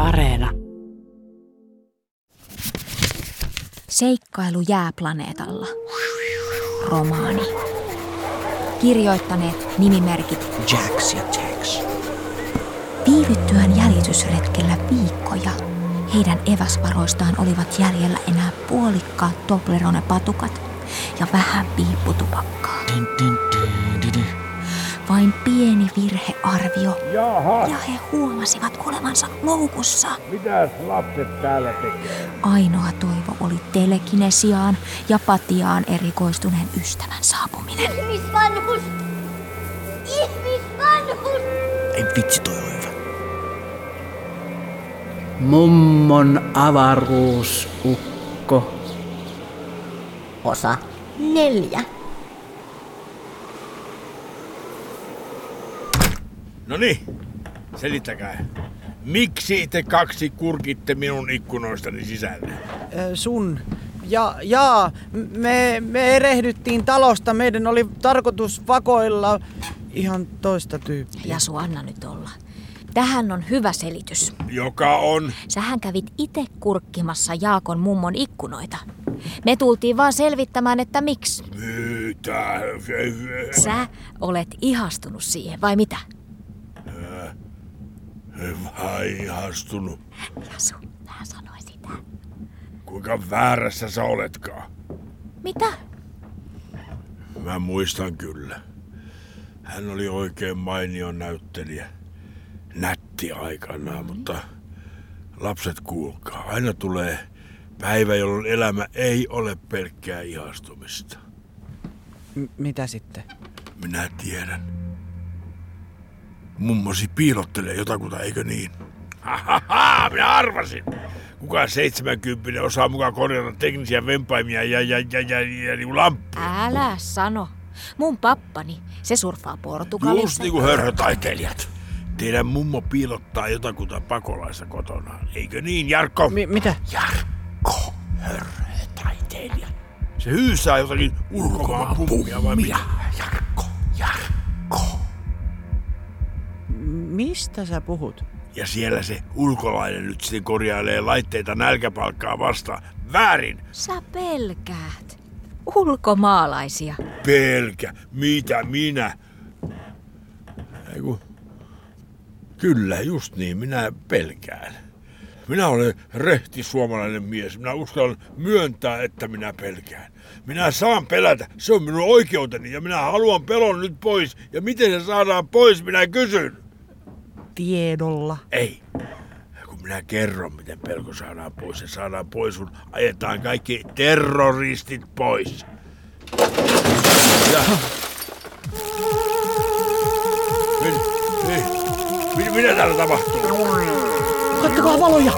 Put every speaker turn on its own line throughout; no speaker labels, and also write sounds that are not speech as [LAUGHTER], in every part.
Areena.
Seikkailu jääplaneetalla. Romaani. Kirjoittaneet nimimerkit
Jax ja Tex.
viivyttyään jäljitysretkellä viikkoja. Heidän eväsvaroistaan olivat jäljellä enää puolikkaat Toblerone-patukat ja vähän piipputupakkaa.
Dyn, dyn, dyn, dyn, dyn.
Vain pieni virhearvio
Jaha,
ja he huomasivat olevansa loukussa.
mitäs lapset täällä tekee?
Ainoa toivo oli telekinesiaan ja patiaan erikoistuneen ystävän saapuminen.
Ihmisvanhus! Ihmisvanhus!
Ei vitsi, toi on hyvä.
Mummon avaruusukko.
Osa neljä.
No niin, selittäkää. Miksi te kaksi kurkitte minun ikkunoistani sisälle?
Ö, sun. Ja, jaa, me, me erehdyttiin talosta. Meidän oli tarkoitus vakoilla ihan toista tyyppiä.
Ja su anna nyt olla. Tähän on hyvä selitys.
Joka on...
Sähän kävit itse kurkkimassa Jaakon mummon ikkunoita. Me tultiin vaan selvittämään, että miksi.
Mitä?
Sä olet ihastunut siihen, vai mitä?
Vaihastunut.
Jasu, mä sanoin sitä.
Kuinka väärässä sä oletkaan?
Mitä?
Mä muistan kyllä. Hän oli oikein mainio näyttelijä. Nätti aikanaan, mutta lapset kuulkaa. Aina tulee päivä, jolloin elämä ei ole pelkkää ihastumista.
M- mitä sitten?
Minä tiedän. Mummosi piilottelee jotakuta, eikö niin? Hahaha, minä arvasin. Kukaan 70 osaa mukaan korjata teknisiä vempaimia ja, ja, ja, ja, ja niin lamppu.
Älä sano. Mun pappani, se surfaa Portugalissa.
Just niin kuin hörhötaiteilijat. Teidän mummo piilottaa jotakuta pakolaista kotonaan. Eikö niin, Jarkko?
Mi- mitä?
Jarkko, hörhötaiteilija. Se hyysää jotakin ulkomaan pummia vai mitä? Jarkko, Jarkko.
Mistä sä puhut?
Ja siellä se ulkolainen nyt sitten korjailee laitteita nälkäpalkkaa vastaan. Väärin!
Sä pelkäät. Ulkomaalaisia.
Pelkä, mitä minä? Eiku. Kyllä, just niin, minä pelkään. Minä olen rehti suomalainen mies. Minä uskallan myöntää, että minä pelkään. Minä saan pelätä. Se on minun oikeuteni ja minä haluan pelon nyt pois. Ja miten se saadaan pois, minä kysyn.
Tiedolla.
Ei. Kun minä kerron, miten pelko saadaan pois, se saadaan pois, kun ajetaan kaikki terroristit pois. Ja... Min, min, min, mitä täällä tapahtuu?
Kattokaa valoja!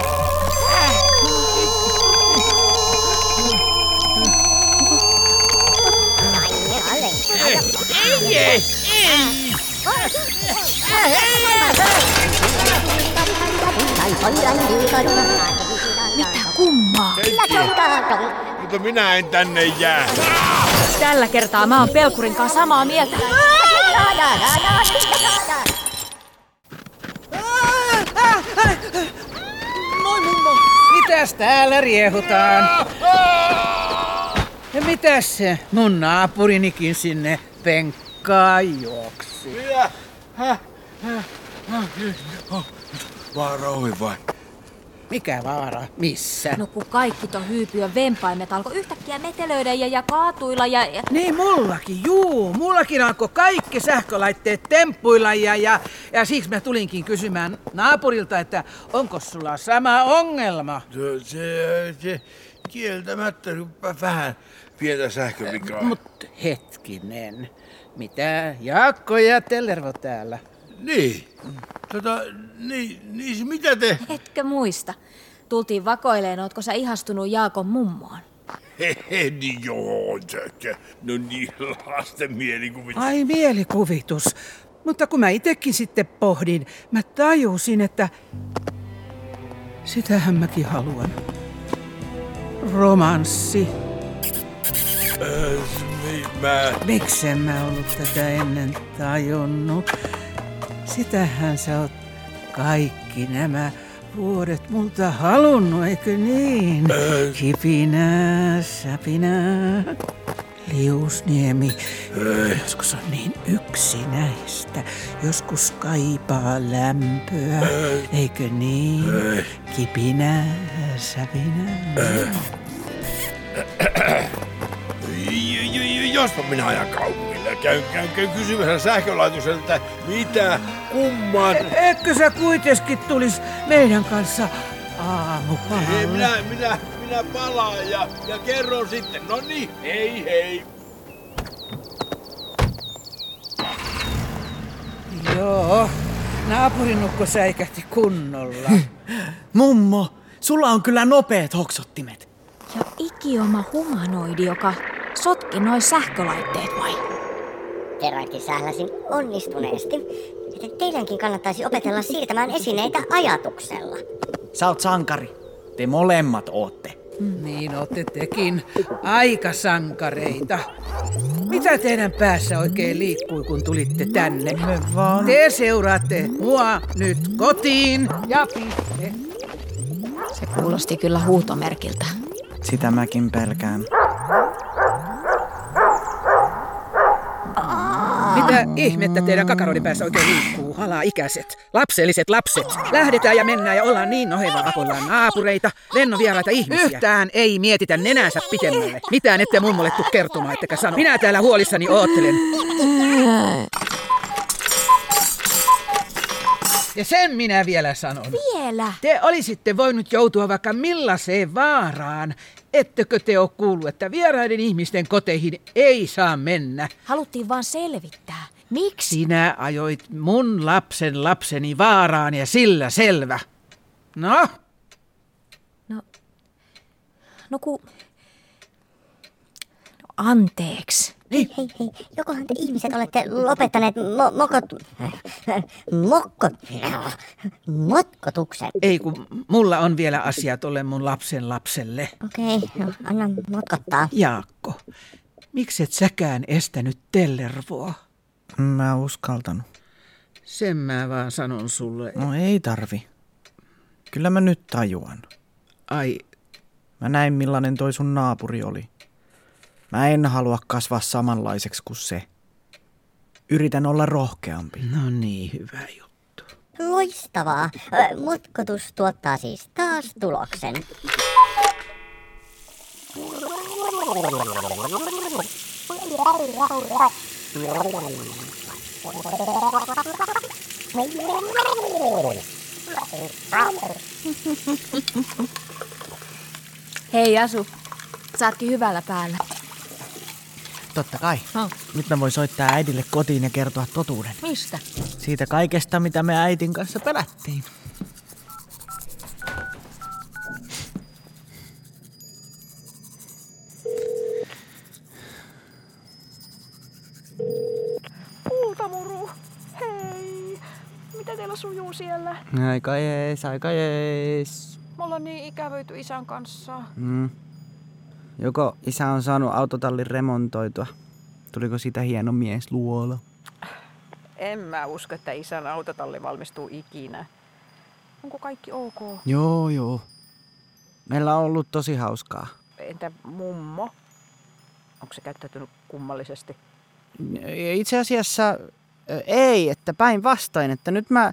Mitä kummaa?
Mutta minä en tänne jää.
Tällä kertaa mä oon Pelkurin kanssa samaa mieltä.
Moi mummo! Mitäs täällä riehutaan? Ja mitäs se mun naapurinikin sinne penkkaa juoksi?
Vaan rauhi vai?
Mikä vaara? Missä?
No kun kaikki to hyypyä vempaimet alkoi yhtäkkiä metelöidä ja, ja kaatuilla ja, ja...
Niin mullakin, juu. Mullakin alkoi kaikki sähkölaitteet temppuilla ja, ja, ja siksi mä tulinkin kysymään naapurilta, että onko sulla sama ongelma?
Se, se, se kieltämättä vähän pientä sähkövikaa.
Mut hetkinen, mitä Jaakko ja Tellervo täällä?
Niin. Tota, niin, niin mitä te?
Etkö muista? Tultiin vakoileen, ootko sä ihastunut Jaakon mummoon?
Hehe, niin joo, tökkö. No niin, lasten mielikuvitus.
Ai mielikuvitus. Mutta kun mä itekin sitten pohdin, mä tajusin, että sitähän mäkin haluan. Romanssi.
Äh, mi- mä,
Miksen mä ollut tätä ennen tajunnut? Sitähän sä oot kaikki nämä
vuodet multa halunnut, eikö niin? Kipinä, säpinä, liusniemi. Joskus on niin yksinäistä, joskus kaipaa lämpöä, eikö niin? Kipinä, säpinä.
J- j- j- Jospa minä ajan kaupungille. Käyn, käyn, käyn kysymässä sähkölaitoselta, mitä kumman.
Etkö sä kuitenkin tulis meidän kanssa aamupalalle?
Ei, minä, minä, minä palaan ja, ja kerron sitten. No niin, hei hei.
Joo, naapurinukko säikähti kunnolla.
[LAUGHS] Mummo, sulla on kyllä nopeet hoksottimet.
Ja ikioma humanoidi, joka sotki noi sähkölaitteet vai?
Kerrankin sähläsin onnistuneesti. Joten teidänkin kannattaisi opetella siirtämään esineitä ajatuksella.
Sä oot sankari. Te molemmat ootte.
niin ootte tekin aika sankareita. Mitä teidän päässä oikein liikkui, kun tulitte tänne? Te seuraatte mua nyt kotiin eh. ja piste.
Se kuulosti kyllä huutomerkiltä.
Sitä mäkin pelkään.
Mitä ihmettä teidän kakaroiden päässä oikein liikkuu? Halaikäiset, lapselliset lapset. Lähdetään ja mennään ja ollaan niin nohevaa vakoillaan naapureita, lennonvieraita ihmisiä. Yhtään ei mietitä nenänsä pitemmälle. Mitään ette mummolle tuu kertomaan, ettekä sano. Minä täällä huolissani oottelen. Ja sen minä vielä sanon.
Vielä!
Te olisitte voinut joutua vaikka millaiseen vaaraan. Ettekö te ole kuullut, että vieraiden ihmisten koteihin ei saa mennä?
Haluttiin vaan selvittää. Miksi?
Sinä ajoit mun lapsen lapseni vaaraan ja sillä selvä. No,
No ku... No, anteeksi.
Hei hei, jokohan te ihmiset olette lopettaneet mo- mokot... [LAUGHS] Mokko... Motkotuksen.
ei kun mulla on vielä asia tolle mun lapsen lapselle.
Okei, okay, no, anna motkottaa.
Jaakko, mikset säkään estänyt Tellervoa?
Mm, Mä uskaltanut.
Sen mä vaan sanon sulle.
No ei tarvi. Kyllä mä nyt tajuan.
Ai,
Mä näin millainen toi sun naapuri oli. Mä en halua kasvaa samanlaiseksi kuin se. Yritän olla rohkeampi.
no niin, hyvä juttu.
Loistavaa. Ö, Motkotus tuottaa siis taas tuloksen.
Hei Asu, sä ootkin hyvällä päällä.
Totta kai.
Oh.
Nyt mä voin soittaa äidille kotiin ja kertoa totuuden.
Mistä?
Siitä kaikesta, mitä me äitin kanssa pelättiin.
Kultamuru, hei! Mitä teillä sujuu siellä?
Aika jees, aika jees. Mm.
Mulla on niin ikävöity isän kanssa.
Joko isä on saanut autotallin remontoitua? Tuliko siitä hieno mies luola?
En mä usko, että isän autotalli valmistuu ikinä. Onko kaikki ok?
Joo, joo. Meillä on ollut tosi hauskaa.
Entä mummo? Onko se käyttäytynyt kummallisesti?
Itse asiassa ö, ei, että päinvastoin, että nyt mä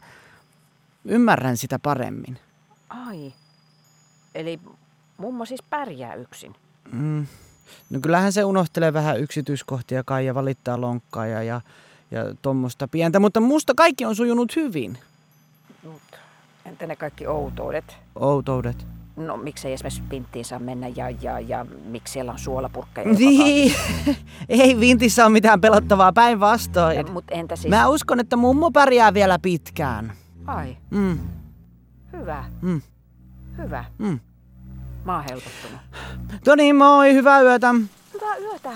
ymmärrän sitä paremmin.
Ai. Eli mummo siis pärjää yksin.
Mm. No kyllähän se unohtelee vähän yksityiskohtia kai ja valittaa lonkkaa ja, ja, ja tuommoista pientä, mutta musta kaikki on sujunut hyvin.
Mut entä ne kaikki outoudet?
Outoudet.
No miksei esimerkiksi pinttiin saa mennä ja, ja, ja miksi siellä on
[LAUGHS]
suolapurkkeja? joka
Niin. ei vintissä ole mitään pelottavaa päinvastoin.
kaapissa? Mut entä siis?
Mä uskon, että mummo pärjää vielä pitkään.
Ai.
Mm.
Hyvä.
Mm.
Hyvä.
Mm.
Mä oon helpottunut.
No niin, moi, hyvää yötä.
Hyvää yötä.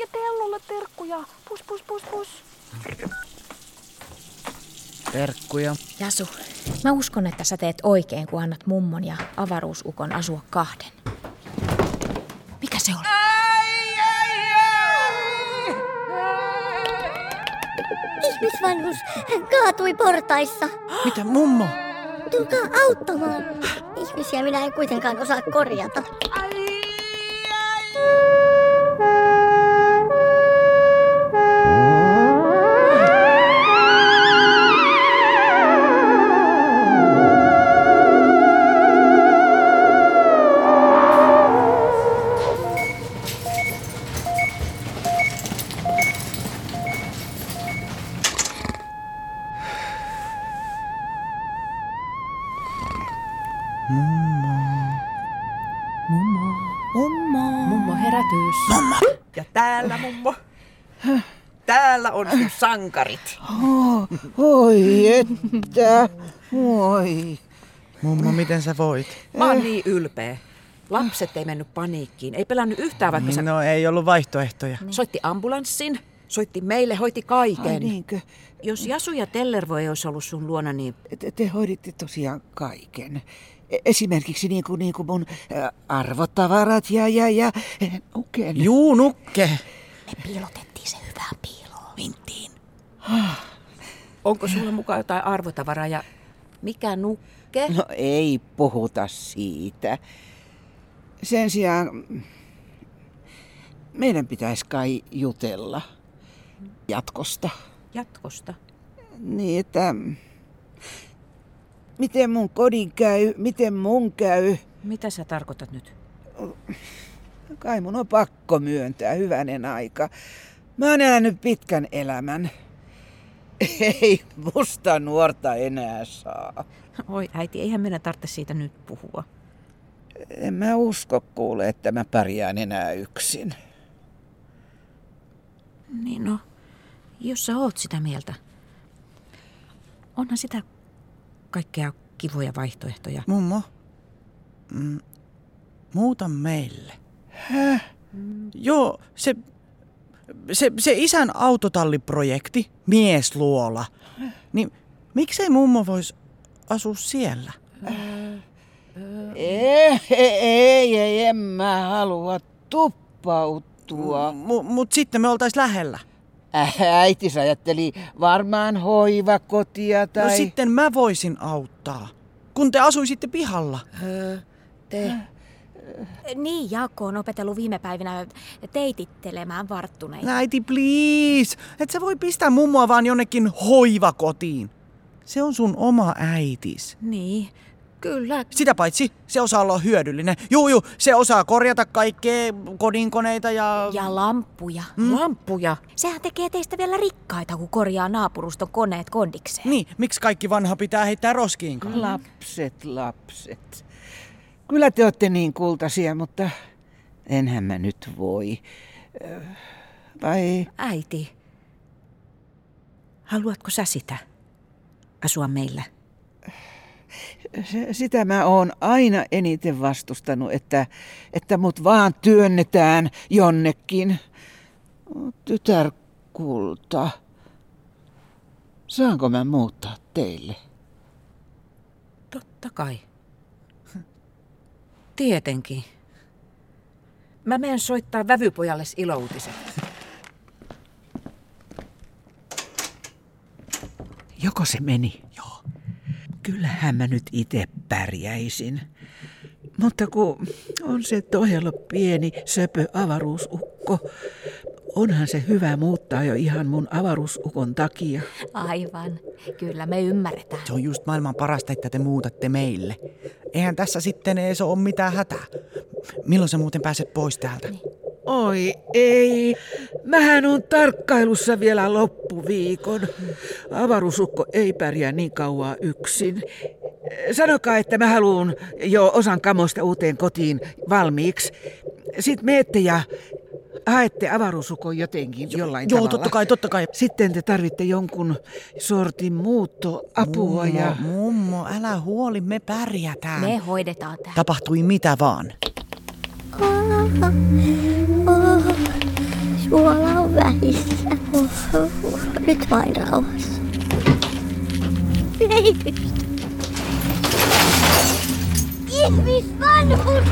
Ja Tellolle terkkuja. Pus, pus, pus, pus.
Terkkuja.
Jasu, mä uskon, että sä teet oikein, kun annat mummon ja avaruusukon asua kahden. Mikä se oli?
Äh!
Ihmisvanhus kaatui portaissa.
Mitä mummo?
Tulkaa auttamaan. Ihmisiä minä en kuitenkaan osaa korjata.
Mummo herätys.
Ja täällä mummo. Täällä on sun sankarit.
Oi että, voi.
Mummo, miten sä voit?
Mä oon niin ylpeä. Lapset ei mennyt paniikkiin, ei pelännyt yhtään vaikka sä
No ei ollut vaihtoehtoja.
soitti ambulanssin, soitti meille, hoiti kaiken.
Niinkö,
Jos Jasu ja Tellervo ei olisi ollut sun luona, niin
te, te hoiditte tosiaan kaiken. E- Esimerkiksi niin kuin, niin kuin mun ä, arvotavarat ja, ja, ja eh, uken.
Juu, nukke!
Me piilotettiin se hyvään piiloon.
vinttiin. Onko sulla mukaan jotain arvotavaraa ja mikä nukke?
No ei puhuta siitä. Sen sijaan mm, meidän pitäisi kai jutella jatkosta.
Jatkosta.
Niin, että mm, miten mun kodin käy, miten mun käy.
Mitä sä tarkoitat nyt?
Kai mun on pakko myöntää, hyvänen aika. Mä oon elänyt pitkän elämän. Ei musta nuorta enää saa.
Oi äiti, eihän meidän tarvitse siitä nyt puhua.
En mä usko kuule, että mä pärjään enää yksin.
Niin no, jos sä oot sitä mieltä. Onhan sitä kaikkea kivoja vaihtoehtoja.
Mummo, mm, muuta meille. Häh? Joo, se, se, se isän autotalliprojekti, miesluola. Niin miksei mummo voisi asua siellä?
Ei, Eh, ei, ei, en mä halua tuppautua.
M- mut sitten me oltais lähellä.
Äiti sä ajatteli varmaan hoivakotia tai...
No sitten mä voisin auttaa, kun te asuisitte pihalla.
Niin, Jaakko on opetellut viime päivinä teitittelemään varttuneita.
Äiti, please! Et sä voi pistää mummoa vaan jonnekin hoivakotiin. Se on sun oma äitis.
Niin, kyllä.
Sitä paitsi, se osaa olla hyödyllinen. Juu, juu, se osaa korjata kaikkea kodinkoneita ja...
Ja lamppuja.
Mm. Lamppuja.
Sehän tekee teistä vielä rikkaita, kun korjaa naapuruston koneet kondikseen.
Niin, miksi kaikki vanha pitää heittää roskiin? kai?
Lapset, lapset. Kyllä te olette niin kultasia, mutta enhän mä nyt voi. Ö, Vai
Äiti, haluatko sä sitä? Asua meillä.
se- sitä mä oon aina eniten vastustanut, että, että mut vaan työnnetään jonnekin. Oot Tytärkulta, saanko mä muuttaa teille?
Totta kai. Tietenkin. Mä menen soittaa vävypojalle ilouutiset.
Joko se meni? Joo. Kyllähän mä nyt itse pärjäisin. Mutta kun on se tohjalla pieni söpö avaruusukko, onhan se hyvä muuttaa jo ihan mun avaruusukon takia.
Aivan. Kyllä me ymmärretään.
Se on just maailman parasta, että te muutatte meille. Eihän tässä sitten ei se ole mitään hätää. Milloin sä muuten pääset pois täältä?
Oi ei, mähän on tarkkailussa vielä loppuviikon. Avaruusukko ei pärjää niin kauan yksin. Sanokaa, että mä haluun jo osan kamoista uuteen kotiin valmiiksi. Sitten meette ja haette avaruusukon jotenkin jollain
Joo,
tavalla.
totta kai, totta kai.
Sitten te tarvitte jonkun sortin muuttoapua
Mummo,
ja...
mummo, älä huoli, me pärjätään.
Me hoidetaan tämä.
Tapahtui mitä vaan.
Oh, suola on vähissä. Oh, oh, oh. Nyt vain rauhassa. Ei pysty. Ihmisvanhus!